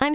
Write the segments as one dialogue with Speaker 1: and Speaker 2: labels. Speaker 1: I'm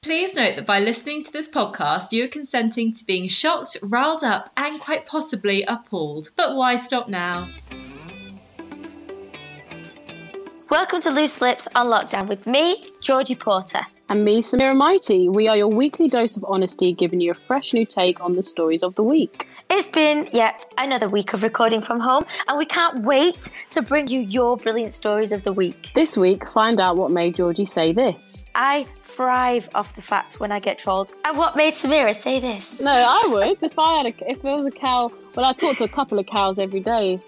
Speaker 2: Please note that by listening to this podcast, you are consenting to being shocked, riled up, and quite possibly appalled. But why stop now?
Speaker 3: Welcome to Loose Lips on Lockdown with me, Georgie Porter.
Speaker 4: and me, Samira Mighty. We are your weekly dose of honesty, giving you a fresh new take on the stories of the week.
Speaker 3: It's been yet another week of recording from home, and we can't wait to bring you your brilliant stories of the week.
Speaker 4: This week, find out what made Georgie say this.
Speaker 3: I thrive off the fact when I get trolled. And what made Samira say this?
Speaker 4: No, I would if I had a, if there was a cow. Well, I talk to a couple of cows every day.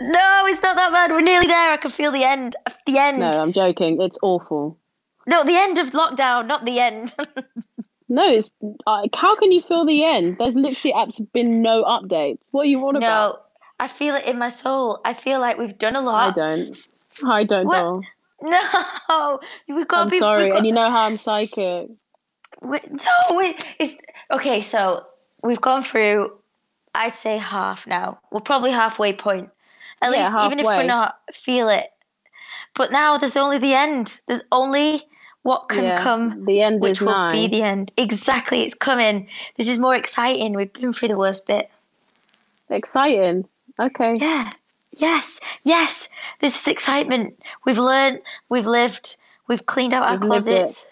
Speaker 3: No, it's not that bad. We're nearly there. I can feel the end. The end.
Speaker 4: No,
Speaker 3: No,
Speaker 4: I'm joking. It's awful.
Speaker 3: the end of lockdown, not the end.
Speaker 4: No, it's uh, how can you feel the end? There's literally abs- been no updates. What are you on about?
Speaker 3: no, I feel it in my soul. I feel like we've done a lot.
Speaker 4: I don't. I don't
Speaker 3: What?
Speaker 4: know.
Speaker 3: No, we've got.
Speaker 4: I'm
Speaker 3: to be,
Speaker 4: sorry,
Speaker 3: we've got-
Speaker 4: and you know how I'm psychic.
Speaker 3: We, no, we, it's okay. So we've gone through. I'd say half now. We're probably halfway point. At
Speaker 4: Yeah,
Speaker 3: least, even if we're
Speaker 4: halfway.
Speaker 3: not feel it. But now there's only the end. There's only what can
Speaker 4: Yeah,
Speaker 3: come.
Speaker 4: the end
Speaker 3: which
Speaker 4: is
Speaker 3: will be
Speaker 4: nigh.
Speaker 3: the end. Exactly, it's coming. This is more exciting. We've been through the worst bit.
Speaker 4: Exciting. Okay.
Speaker 3: Yeah. Yes. Yes. This is excitement. We've learned. We've lived. We've cleaned out our
Speaker 4: We've lived it.
Speaker 3: closets.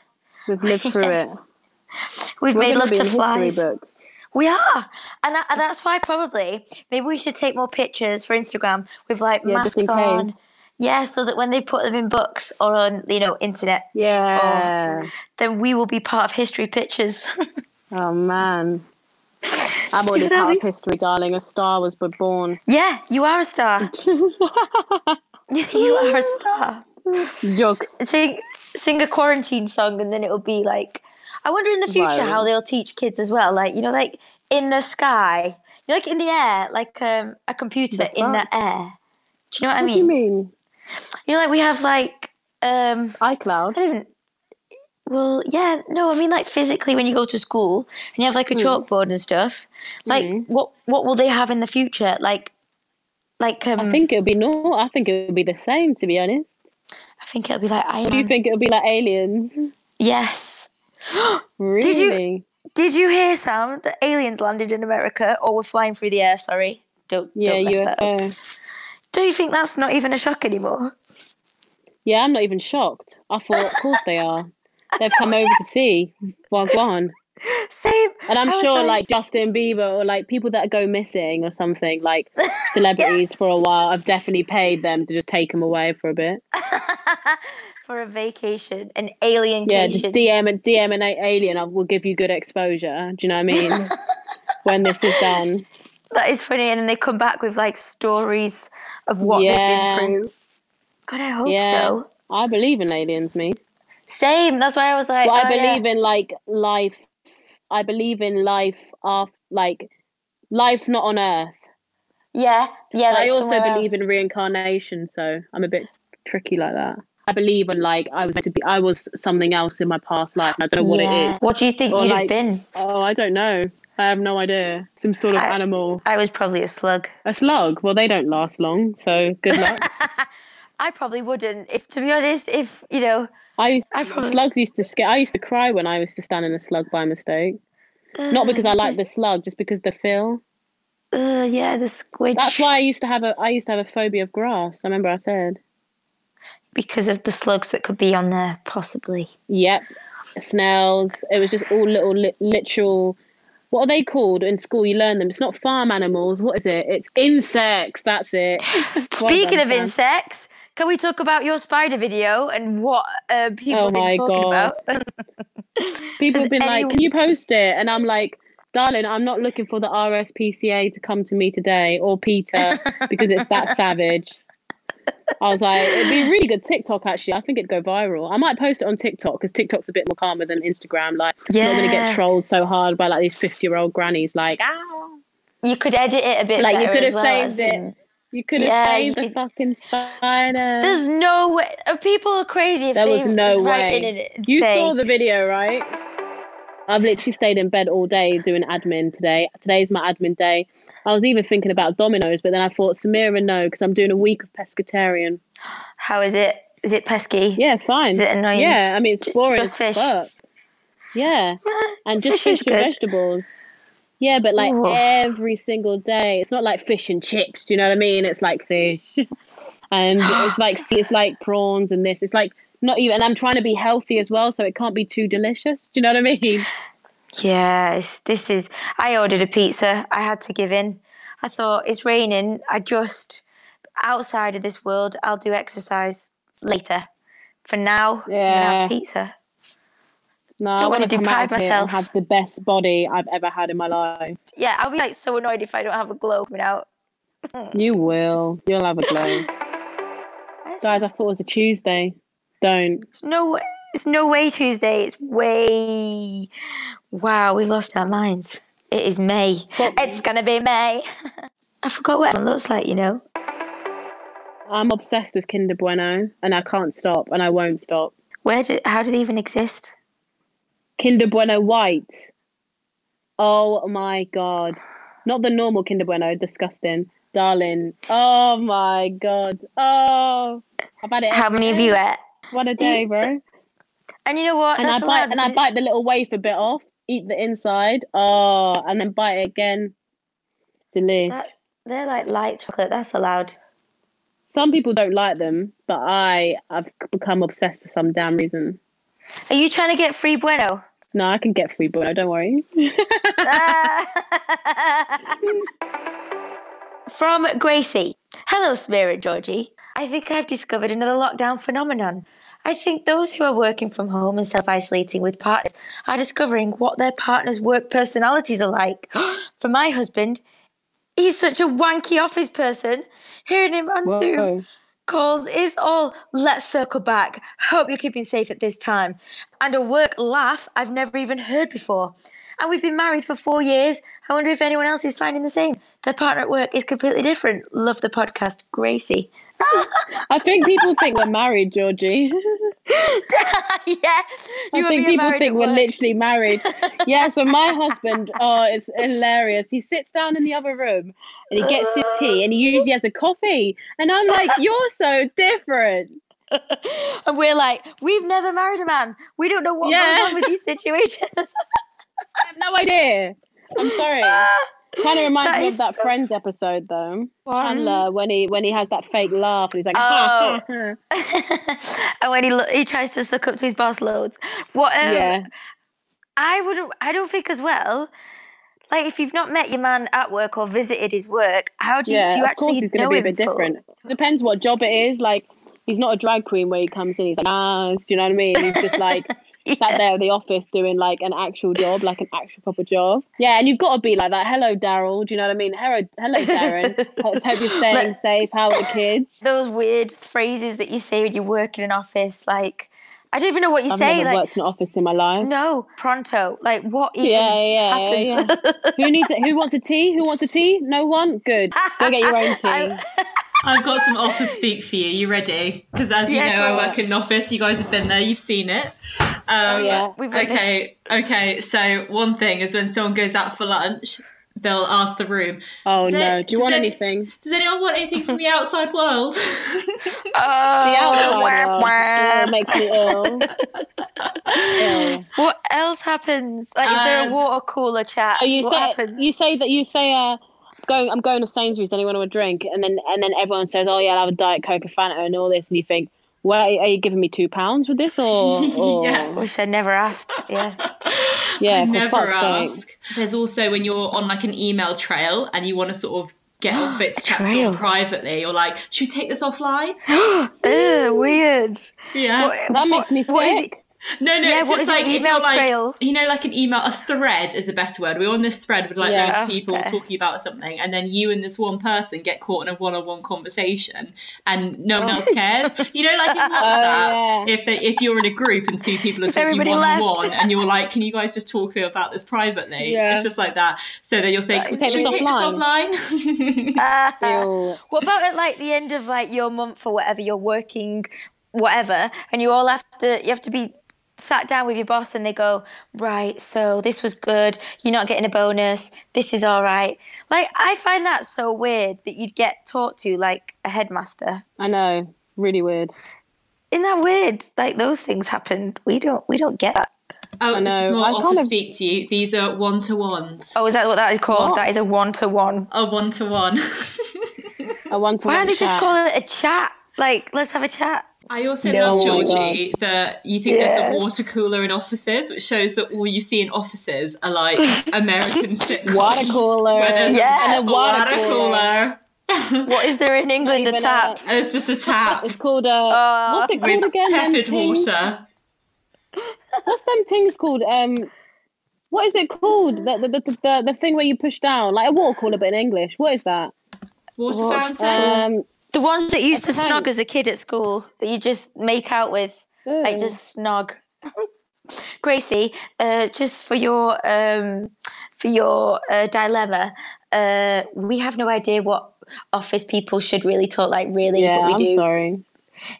Speaker 4: We've lived through
Speaker 3: Yes.
Speaker 4: it.
Speaker 3: We've
Speaker 4: We're
Speaker 3: made
Speaker 4: gonna
Speaker 3: love
Speaker 4: be
Speaker 3: to
Speaker 4: in history
Speaker 3: flies.
Speaker 4: books.
Speaker 3: We are, and, that, and that's why probably maybe we should take more pictures for Instagram with like
Speaker 4: Yeah,
Speaker 3: masks
Speaker 4: just in
Speaker 3: on.
Speaker 4: case.
Speaker 3: Yeah, so that when they put them in books or on you know internet,
Speaker 4: Yeah.
Speaker 3: then we will be part of history pictures.
Speaker 4: Oh man. I'm already
Speaker 3: Gonna
Speaker 4: part
Speaker 3: be-
Speaker 4: of history, darling. A star was but born.
Speaker 3: yeah, you are a star. you are a star.
Speaker 4: Jokes.
Speaker 3: Sing sing a quarantine song, and then it will be like. I wonder in the future how
Speaker 4: Viral.
Speaker 3: they'll teach kids as well. Like you know, like in the sky, you know, like in the air, like um, a computer
Speaker 4: The
Speaker 3: in the
Speaker 4: fuck?
Speaker 3: air. Do you know what I
Speaker 4: What
Speaker 3: mean?
Speaker 4: do you mean?
Speaker 3: You know, like we have like um I
Speaker 4: iCloud.
Speaker 3: don't even well, yeah, no, I mean like physically when you go to school and you have like a chalkboard and stuff. Like what what will they have in the future? Like like um
Speaker 4: I think it'll be no. I think it'll be the same. To be honest,
Speaker 3: it'll be like Iron
Speaker 4: do you
Speaker 3: Man.
Speaker 4: think it'll be like aliens?
Speaker 3: Yes.
Speaker 4: Really?
Speaker 3: you- Did you hear Sam that aliens landed in America or were flying through the air, sorry. Don't
Speaker 4: yeah,
Speaker 3: don't mess that up.
Speaker 4: UFO.
Speaker 3: Do you think that's not even a shock anymore?
Speaker 4: Yeah, I'm not even shocked. I thought, of course they are. They've come over to see Wagwan,
Speaker 3: Same
Speaker 4: and I'm
Speaker 3: I was
Speaker 4: sure like Justin Bieber or like people that go missing or something like celebrities for a while. I've definitely paid them to just take them away for a bit.
Speaker 3: for a vacation, an alien
Speaker 4: Yeah, just DM and DM an a- alien. I will give you good exposure. Do you know what I mean? when this is done,
Speaker 3: That is funny. And then they come back with like stories of what
Speaker 4: Yeah.
Speaker 3: they've been through. God, I hope
Speaker 4: Yeah.
Speaker 3: so.
Speaker 4: I believe in aliens. Me,
Speaker 3: Same. That's why I was like,
Speaker 4: but I
Speaker 3: oh, yeah.
Speaker 4: believe in like life. I believe in life after like life not on Earth.
Speaker 3: Yeah, yeah.
Speaker 4: I
Speaker 3: that's
Speaker 4: also
Speaker 3: somewhere
Speaker 4: believe
Speaker 3: else.
Speaker 4: in reincarnation, so I'm a bit tricky like that. I believe in like I was meant to be. I was something else in my past life. And I don't know what it
Speaker 3: Yeah.
Speaker 4: is.
Speaker 3: What do you think
Speaker 4: Or,
Speaker 3: you'd have
Speaker 4: like-
Speaker 3: been?
Speaker 4: Oh, I don't know. I have no idea. Some sort of
Speaker 3: I-
Speaker 4: animal,
Speaker 3: I was probably a slug.
Speaker 4: a slug. Well, they don't last long, so good luck.
Speaker 3: I probably wouldn't. If to be honest, if you know,
Speaker 4: I used
Speaker 3: I probably-
Speaker 4: slugs used to scare. I used to cry when I used to stand in a slug by mistake. Not because I like the slug, just because the feel.
Speaker 3: uh, yeah, the squid.
Speaker 4: That's why I used to have a. I used to have a phobia of grass. I remember I said.
Speaker 3: because of the slugs that could be on there, possibly.
Speaker 4: Yep. Snails. It was just all little li- literal. What are they called in school? You learn them. It's not farm animals. What is it? It's insects. That's it. Well
Speaker 3: Speaking
Speaker 4: done,
Speaker 3: of
Speaker 4: Fran.
Speaker 3: insects, can we talk about your spider video and what uh, people
Speaker 4: Oh
Speaker 3: have been
Speaker 4: my
Speaker 3: talking
Speaker 4: God.
Speaker 3: about?
Speaker 4: people
Speaker 3: has
Speaker 4: have been like, "Can you
Speaker 3: anyone-
Speaker 4: post it?" And I'm like, "Darling, I'm not looking for the RSPCA to come to me today or Peter because it's that savage." I was like, "It'd be a really good TikTok actually. I think it'd go viral. I might post it on TikTok because TikTok's a bit more calmer than Instagram. Like, you're not gonna
Speaker 3: Yeah.
Speaker 4: get trolled so hard by like these fifty year old grannies. Like, "Ow."
Speaker 3: you could edit it a bit
Speaker 4: like you
Speaker 3: better
Speaker 4: could
Speaker 3: as
Speaker 4: have
Speaker 3: well,
Speaker 4: saved
Speaker 3: as
Speaker 4: it.
Speaker 3: in-
Speaker 4: You could have
Speaker 3: Yeah,
Speaker 4: saved
Speaker 3: you
Speaker 4: the
Speaker 3: could-
Speaker 4: fucking spider."
Speaker 3: There's no way. uh, People are crazy if
Speaker 4: There
Speaker 3: they
Speaker 4: was no
Speaker 3: was
Speaker 4: way.
Speaker 3: writing in it and
Speaker 4: you
Speaker 3: say,
Speaker 4: saw the video, right? I've literally stayed in bed all day doing admin today. Today's my admin day. I was even thinking about Domino's, but then I thought Samira, no, because I'm doing a week of pescatarian.
Speaker 3: "How is it? Is it pesky?"
Speaker 4: Yeah, fine.
Speaker 3: Is it annoying?
Speaker 4: Yeah, I mean it's boring.
Speaker 3: just
Speaker 4: as
Speaker 3: fish.
Speaker 4: fuck. Yeah, and just
Speaker 3: fish is
Speaker 4: fish, and
Speaker 3: good.
Speaker 4: vegetables. Yeah, but like
Speaker 3: Ooh.
Speaker 4: every single day, it's not like fish and chips. Do you know what I mean? It's like fish, and it's like sea- it's like prawns and this. It's like not even. And I'm trying to be healthy as well, so it can't be too delicious. Do you know what I mean?
Speaker 3: Yes, this is. I ordered a pizza. I had to give in. I thought it's raining. I just outside of this world. I'll do exercise later. For now, I'm gonna
Speaker 4: Yeah.
Speaker 3: have pizza.
Speaker 4: No, I
Speaker 3: Don't
Speaker 4: want
Speaker 3: wanna
Speaker 4: to come out
Speaker 3: deprive
Speaker 4: of here and
Speaker 3: myself.
Speaker 4: have the best body I've ever had in my life.
Speaker 3: Yeah, I'll be like so annoyed if I don't have a glow coming out.
Speaker 4: You will. You'll have a glow, guys. I thought it was a Tuesday. Don't.
Speaker 3: It's no, it's no way Tuesday. It's way. Wow, we lost our minds. It is May. It's gonna be May. I forgot what everyone looks like. You know.
Speaker 4: I'm obsessed with Kinder Bueno, and I can't stop, and I won't stop.
Speaker 3: Where do, how do they even exist?
Speaker 4: Kinder Bueno White. Oh my god. Not the normal Kinder Bueno, disgusting. Darling. Oh my god. Oh I've had it
Speaker 3: How many of you ate?
Speaker 4: one a day, bro.
Speaker 3: And you know what?
Speaker 4: And I
Speaker 3: That's all right,
Speaker 4: bite and I
Speaker 3: because
Speaker 4: bite the little wafer bit off, eat the inside, oh and then bite it again. Delish.
Speaker 3: That, they're like light chocolate. That's allowed.
Speaker 4: Some people don't like them, but I I've become obsessed for some damn reason.
Speaker 3: Are you trying to get free bueno?
Speaker 4: No, I can get free bueno, don't worry.
Speaker 3: From Gracie. Hello, Samira and Georgie. I think I've discovered another lockdown phenomenon. I think those who are working from home and self isolating with partners are discovering what their partner's work personalities are like. For my husband, he's such a wanky office person. Hearing him on Zoom
Speaker 4: Whoa.
Speaker 3: calls is all let's circle back. Hope you're keeping safe at this time. And a work laugh I've never even heard before. And we've been married for four years. I wonder if anyone else is finding the same. Their partner at work is completely different. Love the podcast, Gracie.
Speaker 4: I think people think we're married, Georgie.
Speaker 3: yeah, you
Speaker 4: I
Speaker 3: were
Speaker 4: think
Speaker 3: being
Speaker 4: people
Speaker 3: married
Speaker 4: think
Speaker 3: at
Speaker 4: we're
Speaker 3: work.
Speaker 4: literally married. yeah, so my husband, oh, it's hilarious. He sits down in the other room and he gets his tea and he usually has a coffee. And I'm like, you're so different.
Speaker 3: and we're like, we've never married a man. We don't know what
Speaker 4: Yeah.
Speaker 3: goes on with these situations.
Speaker 4: I have no idea. I'm sorry. Kind of reminds
Speaker 3: That
Speaker 4: me
Speaker 3: is
Speaker 4: of that
Speaker 3: so-
Speaker 4: Friends episode though. Chandler when he when he has that fake laugh and he's like,
Speaker 3: Oh.
Speaker 4: ha, ha, ha.
Speaker 3: and when he lo- he tries to suck up to his boss loads. What? Um,
Speaker 4: yeah.
Speaker 3: I wouldn't. I don't think as well. Like if you've not met your man at work or visited his work, how do you,
Speaker 4: Yeah,
Speaker 3: do you
Speaker 4: of course
Speaker 3: actually
Speaker 4: he's going
Speaker 3: know
Speaker 4: to be a
Speaker 3: him?
Speaker 4: bit
Speaker 3: full?
Speaker 4: different. Depends what job it is. Like, he's not a drag queen where he comes in, he's like, ah, do you know what I mean? He's just like sat there in the office doing like an actual job, like an actual proper job. Yeah, and you've got to be like that. Hello, Daryl. Do you know what I mean? Hello, hello, Darren. Let's hope you're staying safe. How are the kids?
Speaker 3: Those weird phrases that you say when you work in an office, like I don't even know what you
Speaker 4: I've
Speaker 3: say.
Speaker 4: never
Speaker 3: Like
Speaker 4: worked in an office in my life.
Speaker 3: no, pronto. Like what even
Speaker 4: Yeah, yeah, yeah,
Speaker 3: happens?
Speaker 4: yeah. Who needs it? Who wants a tea? Who wants a tea? No one? Good. Go get your own tea.
Speaker 2: I've got some office speak for you. You ready? Because as you
Speaker 3: Yes,
Speaker 2: know,
Speaker 3: I Oh,
Speaker 2: I work in an office. You guys have been there. You've seen it. Um,
Speaker 4: Oh, yeah.
Speaker 3: We've witnessed.
Speaker 2: okay. Okay. So one thing is when someone goes out for lunch, they'll ask the room.
Speaker 4: Oh
Speaker 2: "Does
Speaker 4: no.
Speaker 2: it-
Speaker 4: Do you want
Speaker 2: does it-
Speaker 4: anything?
Speaker 2: Does anyone want anything from the outside world?
Speaker 3: Oh,
Speaker 4: The outside
Speaker 3: wah,
Speaker 4: world.
Speaker 3: wah.
Speaker 4: Oh, makes me ill. Ill.
Speaker 3: What else happens? Like, is there a
Speaker 2: Um,
Speaker 3: water cooler chat?
Speaker 4: Oh, you
Speaker 3: what
Speaker 4: say
Speaker 3: happens?
Speaker 4: you say that you say uh, going. I'm going to Sainsbury's. Anyone want a drink? And then and then everyone says, oh yeah, I'll have a diet coke, a Fanta, and all this. And you think, where are you giving me two pounds with this or, or
Speaker 2: Yeah.
Speaker 3: Wish I'd never asked. Yeah.
Speaker 2: I
Speaker 4: yeah, for
Speaker 2: never
Speaker 4: fuck's
Speaker 2: ask.
Speaker 4: sake.
Speaker 2: There's also when you're on like an email trail and you want to sort of get outfits chat sort
Speaker 3: trail.
Speaker 2: of privately or like, should we take this offline?
Speaker 3: Ugh, weird.
Speaker 2: Yeah.
Speaker 4: That makes me
Speaker 3: What is
Speaker 4: sick.
Speaker 3: it?
Speaker 2: No, no,
Speaker 3: Yeah,
Speaker 2: it's
Speaker 3: what
Speaker 2: just
Speaker 3: is an
Speaker 2: like if
Speaker 3: email
Speaker 2: you're, like,
Speaker 3: trail?
Speaker 2: You know, like an email, a thread is a better word. We're on this thread with like
Speaker 4: Yeah.
Speaker 2: loads of people
Speaker 3: Okay.
Speaker 2: talking about something, and then you and this one person get caught in a one-on-one conversation, and no one else cares. You know, like in WhatsApp,
Speaker 4: Oh. yeah.
Speaker 2: if they if you're in a group and two people are talking
Speaker 3: everybody
Speaker 2: one-on-one,
Speaker 3: left.
Speaker 2: and you're like, "Can you guys just talk about this privately?"
Speaker 4: Yeah.
Speaker 2: It's just like that. So then you'll say, "Should
Speaker 4: take
Speaker 2: we
Speaker 4: this
Speaker 2: take this offline?"
Speaker 3: uh,
Speaker 4: Ew.
Speaker 3: What about at like the end of like your month or whatever you're working, whatever, and you all have to you have to be sat down with your boss and they go right. So this was good. You're not getting a bonus. This is all right. Like I find that so weird that you'd get taught to like a headmaster.
Speaker 4: I know. Really weird.
Speaker 3: Isn't that weird? Like those things happen. We don't we don't get that.
Speaker 2: oh, this is
Speaker 4: know.
Speaker 2: more
Speaker 4: I
Speaker 2: offer
Speaker 4: kind of-
Speaker 2: speak to you. These are one-to-ones.
Speaker 3: Oh, is that what that is called? That is a one to one.
Speaker 2: A one-to-one.
Speaker 4: A one to
Speaker 3: Why
Speaker 4: one
Speaker 3: don't they just
Speaker 4: chat.
Speaker 3: call it a chat? Like let's have a chat.
Speaker 2: I also
Speaker 4: No.
Speaker 2: love,
Speaker 4: Oh my
Speaker 2: Georgie, that you think there's
Speaker 3: Yes.
Speaker 2: a water cooler in offices, which shows that all you see in offices are like American sitcoms.
Speaker 4: Water cooler.
Speaker 2: Where there's
Speaker 3: Yeah.
Speaker 2: a
Speaker 4: And a
Speaker 2: water,
Speaker 4: water
Speaker 2: cooler.
Speaker 3: What is there in England? A
Speaker 4: even uh,
Speaker 3: tap. Oh.
Speaker 2: And it's just a tap
Speaker 4: It's called a what's it called
Speaker 2: with
Speaker 4: again? them
Speaker 2: tepid
Speaker 4: things?
Speaker 2: water.
Speaker 4: What's them things called? Um, what is it called? The the, the, the the thing where you push down like a water cooler, but in English. What is that?
Speaker 2: Water fountain.
Speaker 4: Um,
Speaker 3: The ones that you used to
Speaker 4: That's
Speaker 3: snog
Speaker 4: right.
Speaker 3: as a kid at school that you just make out with, like
Speaker 4: Ew.
Speaker 3: just snog. Gracie, uh, just for your um, for your uh, dilemma, uh, we have no idea what office people should really talk like really,
Speaker 4: yeah,
Speaker 3: but we
Speaker 4: I'm
Speaker 3: do.
Speaker 4: sorry.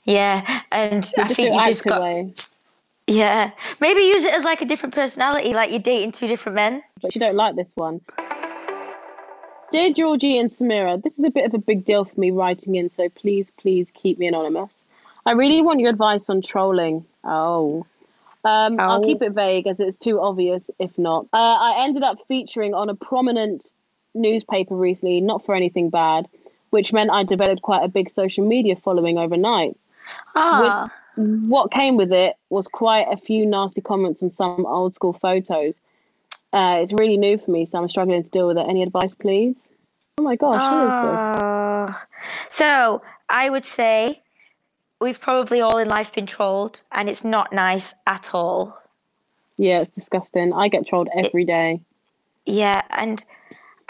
Speaker 3: Yeah, and I
Speaker 4: Just
Speaker 3: think
Speaker 4: do
Speaker 3: you just
Speaker 4: active
Speaker 3: got
Speaker 4: way.
Speaker 3: yeah. Maybe use it as like a different personality, like you're dating two different men.
Speaker 4: but you don't like this one. Dear Georgie and Samira, this is a bit of a big deal for me writing in, so please, please keep me anonymous. I really want your advice on trolling. Oh. Um, I'll
Speaker 3: Oh.
Speaker 4: keep it vague as it's too obvious if not. Uh, I ended up featuring on a prominent newspaper recently, not for anything bad, which meant I developed quite a big social media following overnight
Speaker 3: Ah,
Speaker 4: what came with it was quite a few nasty comments and some old school photos. Uh, it's really new for me, so I'm struggling to deal with it. Any advice, please? Oh my gosh,
Speaker 3: Ah.
Speaker 4: what is this?
Speaker 3: Uh, so I would say we've probably all in life been trolled, and it's not nice at all.
Speaker 4: Yeah, it's disgusting. I get trolled every day.
Speaker 3: Yeah, and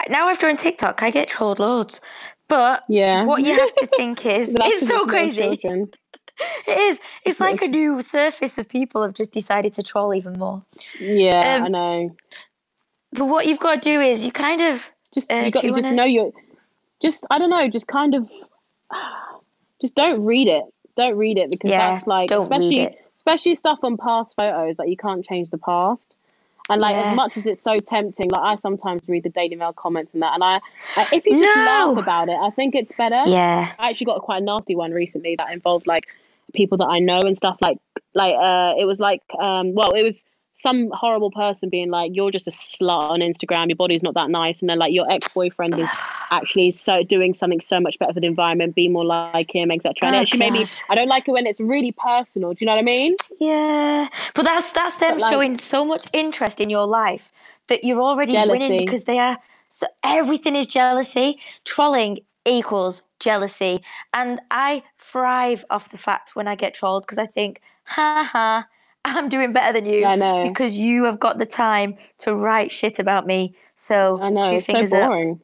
Speaker 3: now I've joined TikTok, I get trolled loads. But
Speaker 4: Yeah.
Speaker 3: what you have to think is
Speaker 4: That's
Speaker 3: it's
Speaker 4: because
Speaker 3: so
Speaker 4: of little
Speaker 3: crazy.
Speaker 4: children.
Speaker 3: It is. It's like a new surface of people have just decided to troll even more.
Speaker 4: Yeah,
Speaker 3: Um,
Speaker 4: I know.
Speaker 3: But what you've got to do is you kind of
Speaker 4: Just
Speaker 3: uh,
Speaker 4: you
Speaker 3: do
Speaker 4: got
Speaker 3: you
Speaker 4: you just
Speaker 3: wanna-
Speaker 4: know your just I don't know, just kind of just don't read it. Don't read it because
Speaker 3: Yeah,
Speaker 4: that's like
Speaker 3: don't read
Speaker 4: especially
Speaker 3: it.
Speaker 4: especially stuff on past photos, like you can't change the past. And like
Speaker 3: Yeah.
Speaker 4: as much as it's so tempting, like I sometimes read the Daily Mail comments and that, and I, I if you just
Speaker 3: No.
Speaker 4: laugh about it, I think it's better.
Speaker 3: Yeah.
Speaker 4: I actually got quite a nasty one recently that involved like people that I know and stuff like like uh it was like um well it was some horrible person being like you're just a slut on Instagram your body's not that nice and then like your ex-boyfriend is actually so doing something so much better for the environment be more like him etc and
Speaker 3: Oh,
Speaker 4: it actually maybe
Speaker 3: gosh.
Speaker 4: I don't like it when it's really personal do you know what I mean
Speaker 3: Yeah. But that's that's them
Speaker 4: like-
Speaker 3: showing so much interest in your life that you're already winning
Speaker 4: Jealousy.
Speaker 3: because they are so everything is jealousy. Trolling equals jealousy. And I thrive off the fact when I get trolled because I think, ha ha, I'm doing better than you.
Speaker 4: I know.
Speaker 3: Because you have got the time to write shit about me. So
Speaker 4: I know
Speaker 3: two
Speaker 4: it's so
Speaker 3: fingers up.
Speaker 4: boring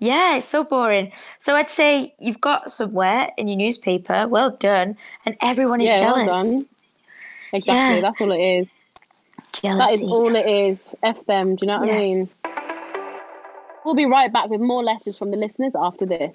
Speaker 3: Yeah, it's so boring. So I'd say you've got somewhere in your newspaper, well done, and everyone is
Speaker 4: yeah
Speaker 3: jealous.
Speaker 4: well done exactly
Speaker 3: Yeah.
Speaker 4: that's all it is That is
Speaker 3: Jealousy.
Speaker 4: all it is. F them. Do you know what I
Speaker 3: Yes.
Speaker 4: mean? We'll be right back with more letters from the listeners after this.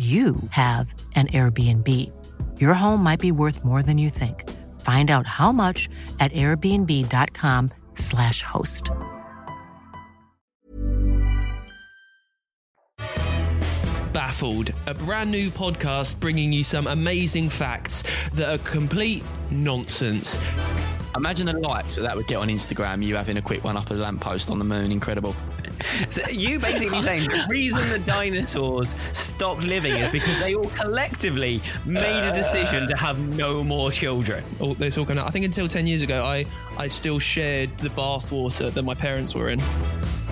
Speaker 5: you have an Airbnb. Your home might be worth more than you think. Find out how much at airbnb.com/slash host.
Speaker 6: Baffled, a brand new podcast bringing you some amazing facts that are complete nonsense.
Speaker 7: Imagine the likes that that would get on Instagram, you having a quick one up a lamppost on the moon. Incredible.
Speaker 8: So you basically saying the reason the dinosaurs stopped living is because they all collectively made a decision to have no more children.
Speaker 6: All
Speaker 7: Oh,
Speaker 6: this all going on. I think until 10 years ago, I, I still shared the bathwater that my parents were in.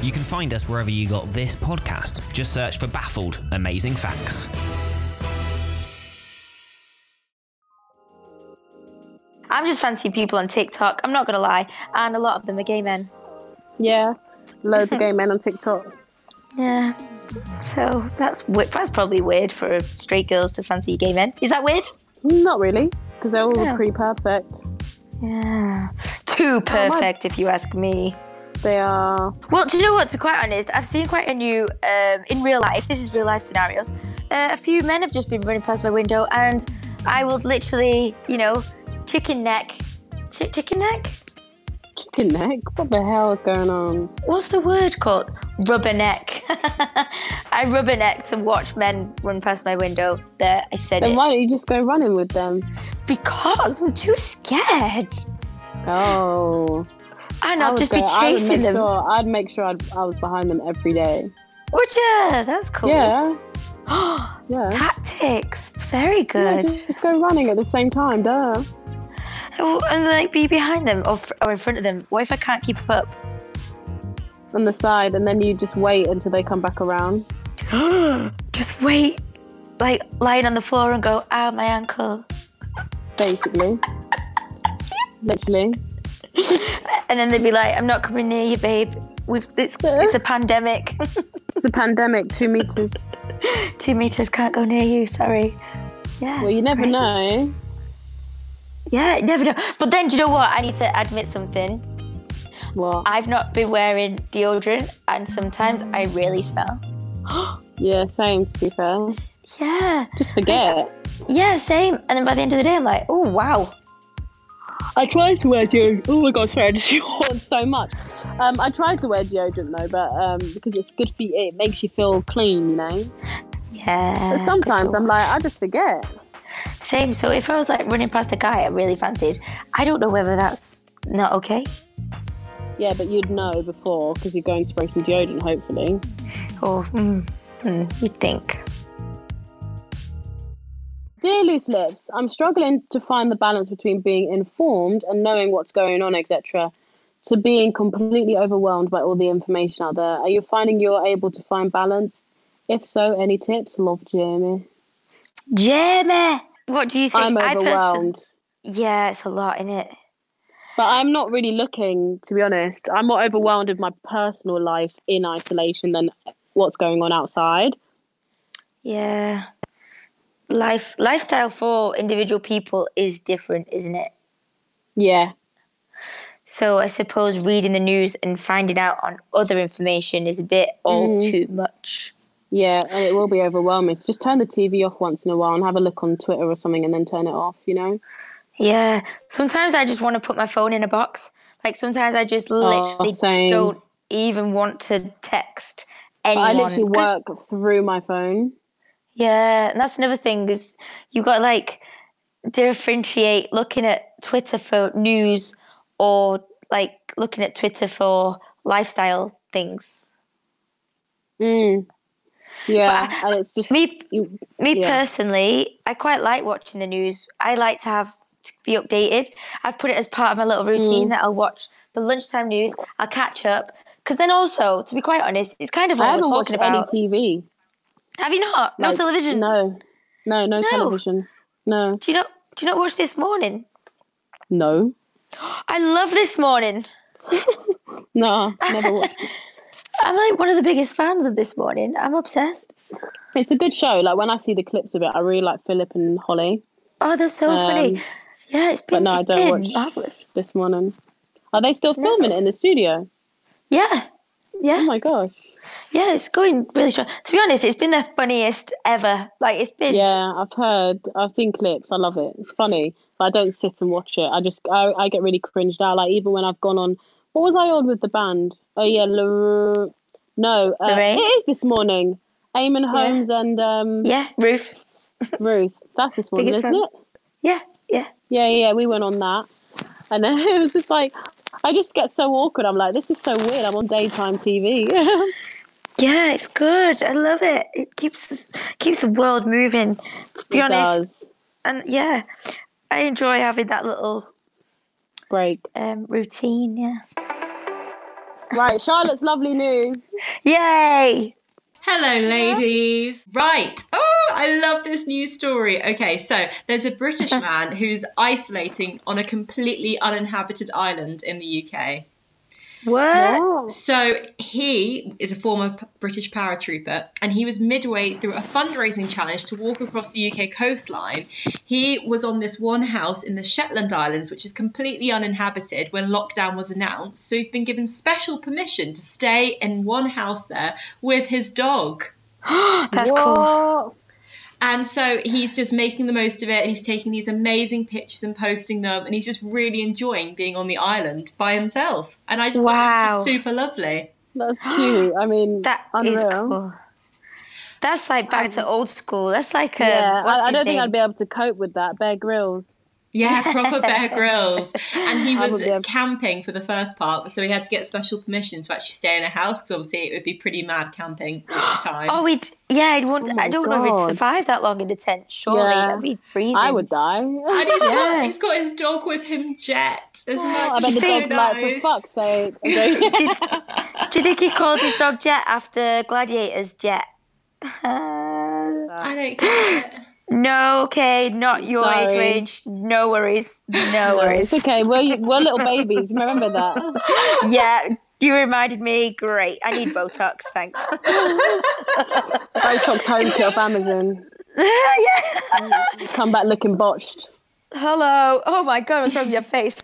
Speaker 8: You can find us wherever you got this podcast. Just search for Baffled Amazing Facts.
Speaker 3: I'm just fancy people on TikTok. I'm not gonna lie, and a lot of them are gay men.
Speaker 4: Yeah, loads of gay men on TikTok.
Speaker 3: Yeah. So that's wi- that's probably weird for straight girls to fancy gay men. Is that weird?
Speaker 4: Not really, because they're all
Speaker 3: Yeah.
Speaker 4: pretty perfect.
Speaker 3: Yeah. Too perfect, if you ask me.
Speaker 4: They are.
Speaker 3: Well, do you know what? To be quite honest, I've seen quite a new um, in real life. This is real life scenarios. Uh, a few men have just been running past my window, and I would literally, you know, chicken neck, Chi chicken neck.
Speaker 4: Chicken neck? What the hell is going on?
Speaker 3: What's the word called? Rubber neck. I rubber neck to watch men run past my window. There, I said
Speaker 4: Then
Speaker 3: it.
Speaker 4: why don't you just go running with them?
Speaker 3: Because I'm too scared,
Speaker 4: Oh.
Speaker 3: and
Speaker 4: I
Speaker 3: I'll
Speaker 4: would
Speaker 3: just be
Speaker 4: go- I would
Speaker 3: chasing
Speaker 4: make
Speaker 3: them.
Speaker 4: Sure, I'd make sure I'd, I was behind them every day.
Speaker 3: Would ya? That's cool.
Speaker 4: Yeah. yeah.
Speaker 3: Tactics. Very
Speaker 4: Yeah,
Speaker 3: good.
Speaker 4: just, just go running at the same time, duh.
Speaker 3: Oh, and like be behind them or, fr- or in front of them. What if I can't keep up?
Speaker 4: On the side, and then you just wait until they come back around.
Speaker 3: Just wait, like lying on the floor and go, ah, my ankle.
Speaker 4: basically. Literally.
Speaker 3: And then they'd be like, I'm not coming near you, babe. We've, it's, it's a pandemic.
Speaker 4: It's a pandemic, two meters.
Speaker 3: Two meters can't go near you, sorry. Yeah.
Speaker 4: Well, you never
Speaker 3: right.
Speaker 4: know.
Speaker 3: Yeah, you never know. But then, do you know what? I need to admit something.
Speaker 4: What?
Speaker 3: I've not been wearing deodorant, and sometimes I really smell.
Speaker 4: Yeah, same, to be fair.
Speaker 3: Yeah.
Speaker 4: Just forget.
Speaker 3: Yeah, same. And then by the end of the day, I'm like, oh, wow.
Speaker 4: I tried to wear deodorant. Oh my god, sorry, I just yawned so much. Um, I tried to wear deodorant though, but um, because it's good for you, it makes you feel clean, you know.
Speaker 3: Yeah.
Speaker 4: But sometimes
Speaker 3: good
Speaker 4: I'm
Speaker 3: job.
Speaker 4: like, I just forget.
Speaker 3: Same. So if I was like running past a guy I really fancied, I don't know whether that's not okay.
Speaker 4: Yeah, but you'd know before because you're going to spray some deodorant, hopefully.
Speaker 3: Or mm, mm, you'd think.
Speaker 4: Dear Loose Lips, I'm struggling to find the balance between being informed and knowing what's going on, etc., to being completely overwhelmed by all the information out there. Are you finding you're able to find balance? If so, any tips? Love, Jamie.
Speaker 3: Jamie, what do you think?
Speaker 4: I'm
Speaker 3: I person-
Speaker 4: overwhelmed.
Speaker 3: yeah, it's a lot in it.
Speaker 4: But I'm not really looking, to be honest. I'm more overwhelmed with my personal life in isolation than what's going on outside.
Speaker 3: Yeah. Life lifestyle for individual people is different, isn't it?
Speaker 4: Yeah,
Speaker 3: So I suppose reading the news and finding out on other information is a bit all
Speaker 4: Mm.
Speaker 3: too much.
Speaker 4: yeah, and it will be overwhelming. So just turn the TV off once in a while and have a look on Twitter or something and then turn it off, you know?
Speaker 3: Yeah. Sometimes I just want to put my phone in a box. Like sometimes I just literally
Speaker 4: same.
Speaker 3: don't even want to text
Speaker 4: I
Speaker 3: anyone.
Speaker 4: literally
Speaker 3: 'Cause-
Speaker 4: work through my phone.
Speaker 3: Yeah, and that's another thing is you've got to like differentiate looking at Twitter for news or like looking at Twitter for lifestyle things.
Speaker 4: Mm. Yeah,
Speaker 3: But
Speaker 4: and it's just
Speaker 3: me. Me
Speaker 4: yeah.
Speaker 3: personally, I quite like watching the news. I like to have to be updated. I've put it as part of my little routine
Speaker 4: Mm.
Speaker 3: that I'll watch the lunchtime news. I'll catch up because then also, to be quite honest, it's kind of
Speaker 4: I
Speaker 3: what we're
Speaker 4: haven't
Speaker 3: talking
Speaker 4: watched
Speaker 3: about.
Speaker 4: any TV.
Speaker 3: Have you not? No
Speaker 4: Like,
Speaker 3: television.
Speaker 4: No, no, no,
Speaker 3: No.
Speaker 4: television. No,
Speaker 3: Do you not? Do you not watch this morning?
Speaker 4: no,
Speaker 3: I love this morning.
Speaker 4: no. Never watched.
Speaker 3: I'm like one of the biggest fans of this morning. I'm obsessed.
Speaker 4: it's a good show. Like when I see the clips of it, I really like Philip and Holly.
Speaker 3: Oh, they're so funny.
Speaker 4: Um,
Speaker 3: Yeah, it's
Speaker 4: But
Speaker 3: been,
Speaker 4: no, I
Speaker 3: it's
Speaker 4: don't
Speaker 3: been
Speaker 4: watch
Speaker 3: marvelous.
Speaker 4: this morning. Are they still filming it in the studio?
Speaker 3: Yeah, yeah.
Speaker 4: Oh my gosh.
Speaker 3: Yeah, it's going really strong. To be honest, it's been the funniest ever. Like it's been
Speaker 4: Yeah, I've heard. I've seen clips. I love it. It's funny, but I don't sit and watch it. I just I, I get really cringed out. Like even when I've gone on, what was I on with the band? Oh yeah, Lor- no, uh,
Speaker 3: Lorraine?
Speaker 4: it is this morning. Eamon Holmes and um,
Speaker 3: yeah, Ruth.
Speaker 4: Ruth. That's this morning,
Speaker 3: Biggest
Speaker 4: isn't
Speaker 3: fan.
Speaker 4: it?
Speaker 3: Yeah, yeah.
Speaker 4: Yeah, yeah, yeah, we went on that. And then it was just like, I just get so awkward. I'm like, this is so weird. I'm on daytime TV.
Speaker 3: Yeah, it's good. I love it. It keeps us- keeps the world moving. To be
Speaker 4: It
Speaker 3: honest,
Speaker 4: does.
Speaker 3: and yeah, I enjoy having that little
Speaker 4: break
Speaker 3: um, routine. Yeah.
Speaker 4: right, Charlotte's lovely news.
Speaker 3: Yay!
Speaker 2: Hello, ladies. Right. Oh, I love this new story. Okay, so there's a British man who's isolating on a completely uninhabited island in the UK.
Speaker 3: What?
Speaker 2: So he is a former p- British paratrooper, and he was midway through a fundraising challenge to walk across the UK coastline. He was on this one house in the Shetland Islands, which is completely uninhabited when lockdown was announced. So he's been given special permission to stay in one house there with his dog.
Speaker 3: That's cool.
Speaker 2: And so he's just making the most of it. He's taking these amazing pictures and posting them, and he's just really enjoying being on the island by himself. And I just thought it was just
Speaker 3: Wow.
Speaker 2: super lovely.
Speaker 4: That's cute. I mean,
Speaker 3: That is
Speaker 4: unreal.
Speaker 3: cool. That's like back to old school. That's like um,
Speaker 4: Yeah,
Speaker 3: what's
Speaker 4: I, I
Speaker 3: his
Speaker 4: don't think
Speaker 3: name?
Speaker 4: I'd be able to cope with that. Bear Grylls.
Speaker 2: Yeah, proper Bear grills, And he
Speaker 4: I
Speaker 2: was
Speaker 4: would love-
Speaker 2: camping for the first part, so he had to get special permission to actually stay in a house because obviously it would be pretty mad camping all the time.
Speaker 3: Oh, he'd yeah, I'd want.
Speaker 4: my
Speaker 3: I don't know if
Speaker 4: God.
Speaker 3: he'd survive that long in the tent. Surely
Speaker 4: Yeah.
Speaker 3: that'd be freezing.
Speaker 4: I would die.
Speaker 2: and he's
Speaker 3: Yeah.
Speaker 2: got, he's got his dog with him, Jet. Isn't that
Speaker 4: I bet
Speaker 2: just
Speaker 4: the
Speaker 2: so
Speaker 4: dog's like, for
Speaker 2: nice?
Speaker 4: fuck's sake. Okay.
Speaker 3: Do you think he called his dog Jet after Gladiator's Jet?
Speaker 2: I don't get it.
Speaker 3: no, okay, not your age
Speaker 4: Sorry.
Speaker 3: range. No worries. No worries.
Speaker 4: it's okay. We're, we're little babies. Remember that.
Speaker 3: Yeah, you reminded me. Great. I need Botox. Thanks.
Speaker 4: Botox home kit off Amazon.
Speaker 3: yeah.
Speaker 4: Come back looking botched.
Speaker 3: Hello. Oh my god, what's wrong with your face?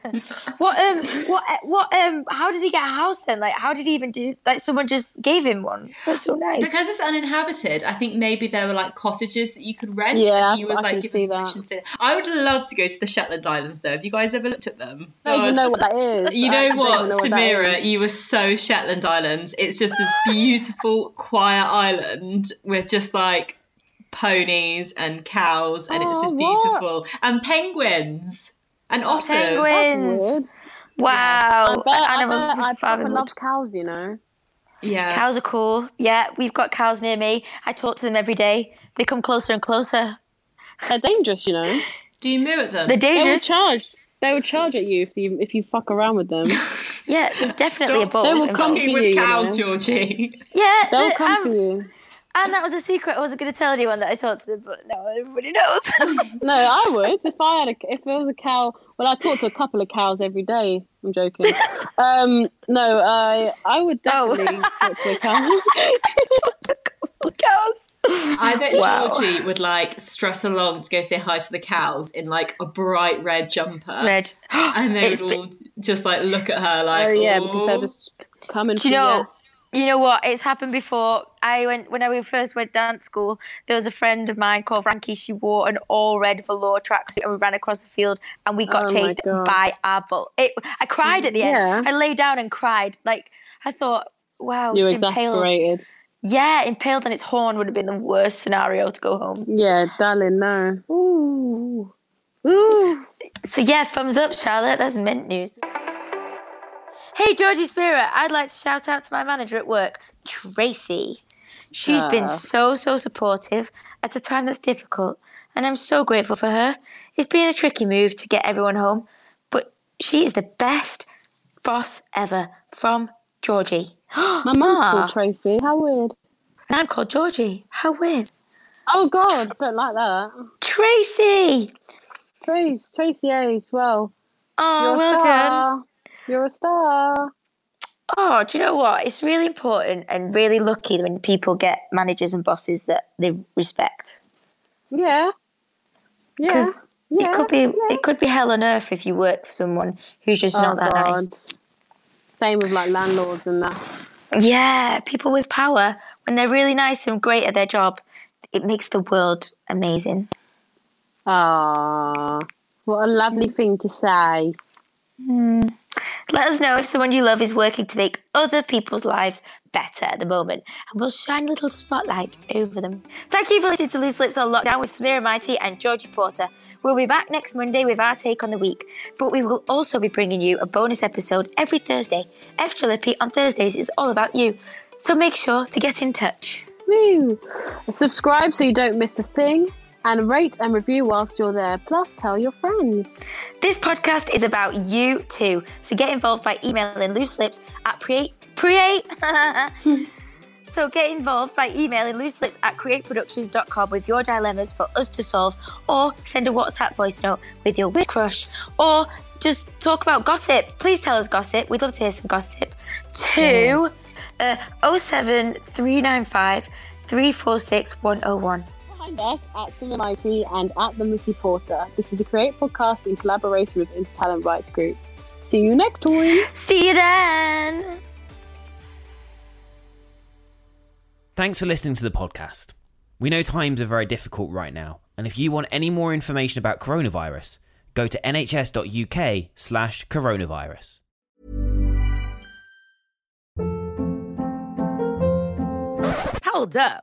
Speaker 3: what um what what um how does he get a house then? Like how did he even do like someone just gave him one? That's so nice.
Speaker 2: Because it's uninhabited, I think maybe there were like cottages that you could rent.
Speaker 4: Yeah,
Speaker 2: and he was
Speaker 4: I
Speaker 2: like
Speaker 4: can
Speaker 2: given
Speaker 4: see that.
Speaker 2: permission to. I would love to go to the Shetland Islands though. Have you guys ever looked at them?
Speaker 4: I don't even
Speaker 2: God.
Speaker 4: know what that is.
Speaker 2: You
Speaker 4: I
Speaker 2: know
Speaker 4: actually don't
Speaker 2: what,
Speaker 4: even know that is.
Speaker 2: Samira? You were so Shetland Islands. It's just this beautiful, quiet island with just like ponies and cows, and it's
Speaker 4: Oh,
Speaker 2: just
Speaker 4: what?
Speaker 2: beautiful. And penguins and otters.
Speaker 3: Penguins.
Speaker 4: Weird. I
Speaker 3: Wow.
Speaker 4: bet, I,
Speaker 3: Animals
Speaker 4: bet,
Speaker 3: to
Speaker 4: I
Speaker 3: fathom
Speaker 4: proper
Speaker 3: would-
Speaker 4: love cows, you know.
Speaker 2: Yeah.
Speaker 3: Cows are cool. Yeah, we've got cows near me. I talk to them every day. They come closer and closer.
Speaker 4: They're dangerous, you know.
Speaker 2: Do you moo at them?
Speaker 3: They're
Speaker 4: They will
Speaker 3: dangerous.
Speaker 4: charge. They will charge at you if you if you fuck around with them.
Speaker 3: yeah, there's definitely a
Speaker 2: Stop
Speaker 3: bull.
Speaker 4: They will
Speaker 3: involved.
Speaker 4: come for
Speaker 2: Fucking
Speaker 4: you,
Speaker 2: with
Speaker 4: you
Speaker 2: cows,
Speaker 4: know.
Speaker 2: Georgie.
Speaker 3: Yeah,
Speaker 4: They'll
Speaker 3: the-
Speaker 4: come
Speaker 3: um,
Speaker 4: for you.
Speaker 3: and that was a secret. I wasn't going to tell anyone that I talked to them, but now everybody knows.
Speaker 4: No, I would. If I had a, if there was a cow, well, I talk to a couple of cows every day. I'm joking. Um, no, I I would
Speaker 3: Oh.
Speaker 4: definitely talk to a cow.
Speaker 3: cows.
Speaker 2: I bet
Speaker 3: Wow.
Speaker 2: Georgie would like strut along to go say hi to the cows in like a bright red jumper.
Speaker 3: Red.
Speaker 2: And they
Speaker 3: It's
Speaker 2: would
Speaker 3: be-
Speaker 2: all just like look at her like,
Speaker 4: oh yeah,
Speaker 2: "Ooh."
Speaker 4: because they're just coming.
Speaker 3: Do
Speaker 4: for
Speaker 3: you
Speaker 4: you
Speaker 3: know? You know what? It's happened before. I went when I first went dance school. There was a friend of mine called Frankie. She wore an all red velour tracksuit, and we ran across the field, and we got
Speaker 4: Oh my
Speaker 3: chased
Speaker 4: God.
Speaker 3: by our bull. It, I cried at the
Speaker 4: Yeah.
Speaker 3: end. I lay down and cried. Like I thought, wow,
Speaker 4: You
Speaker 3: just impaled.
Speaker 4: exasperated.
Speaker 3: Yeah, impaled on its horn would have been the worst scenario to go home.
Speaker 4: Yeah, darling, no.
Speaker 3: Ooh. Ooh. So, yeah, thumbs up, Charlotte. That's mint news. Hey, Georgie Spirit, I'd like to shout out to my manager at work, Tracy. She's
Speaker 9: Ah.
Speaker 3: been so, so supportive at a time that's difficult, and I'm so grateful for her. It's been a tricky move to get everyone home, but she is the best boss ever from Georgie.
Speaker 4: My mum's
Speaker 3: Ah.
Speaker 4: called Tracy. How weird.
Speaker 3: And I'm called Georgie. How weird.
Speaker 4: Oh God, don't like that.
Speaker 3: Tracy.
Speaker 4: Trace, Tracy Ace. Well.
Speaker 3: Oh,
Speaker 4: you're a
Speaker 3: well
Speaker 4: star.
Speaker 3: done.
Speaker 4: You're a star.
Speaker 3: Oh, do you know what? It's really important and really lucky when people get managers and bosses that they respect.
Speaker 4: Yeah. Yeah.
Speaker 3: 'Cause It could be it could be hell on earth if you work for someone who's just
Speaker 4: Oh,
Speaker 3: not that
Speaker 4: God.
Speaker 3: nice.
Speaker 4: Same with like landlords and that.
Speaker 3: Yeah, people with power when they're really nice and great at their job, it makes the world amazing.
Speaker 4: Ah, what a lovely thing to say.
Speaker 3: Hmm. Let us know if someone you love is working to make other people's lives better at the moment, and we'll shine a little spotlight over them. Thank you for listening to Loose Lips on Lockdown with Samira Mighty and Georgie Porter. We'll be back next Monday with our take on the week, but we will also be bringing you a bonus episode every Thursday. Extra Lippy on Thursdays is all about you, so make sure to get in touch.
Speaker 4: Woo! Subscribe so you don't miss a thing, and rate and review whilst you're there. Plus, tell your friends.
Speaker 3: This podcast is about you too, so get involved by emailing loose lips at create create. so get involved by emailing loose lips at createproductions.com with your dilemmas for us to solve, or send a WhatsApp voice note with your weird crush, or just talk about gossip. Please tell us gossip. We'd love to hear some gossip. To uh, 07395 346 101.
Speaker 4: Find us at Simimity and at The Missy Porter. This is a Create podcast in collaboration with Intertalent Rights Group. See you next time.
Speaker 3: See you then.
Speaker 8: Thanks for listening to the podcast. We know times are very difficult right now, and if you want any more information about coronavirus, go to nhs.uk slash coronavirus.
Speaker 10: Hold up.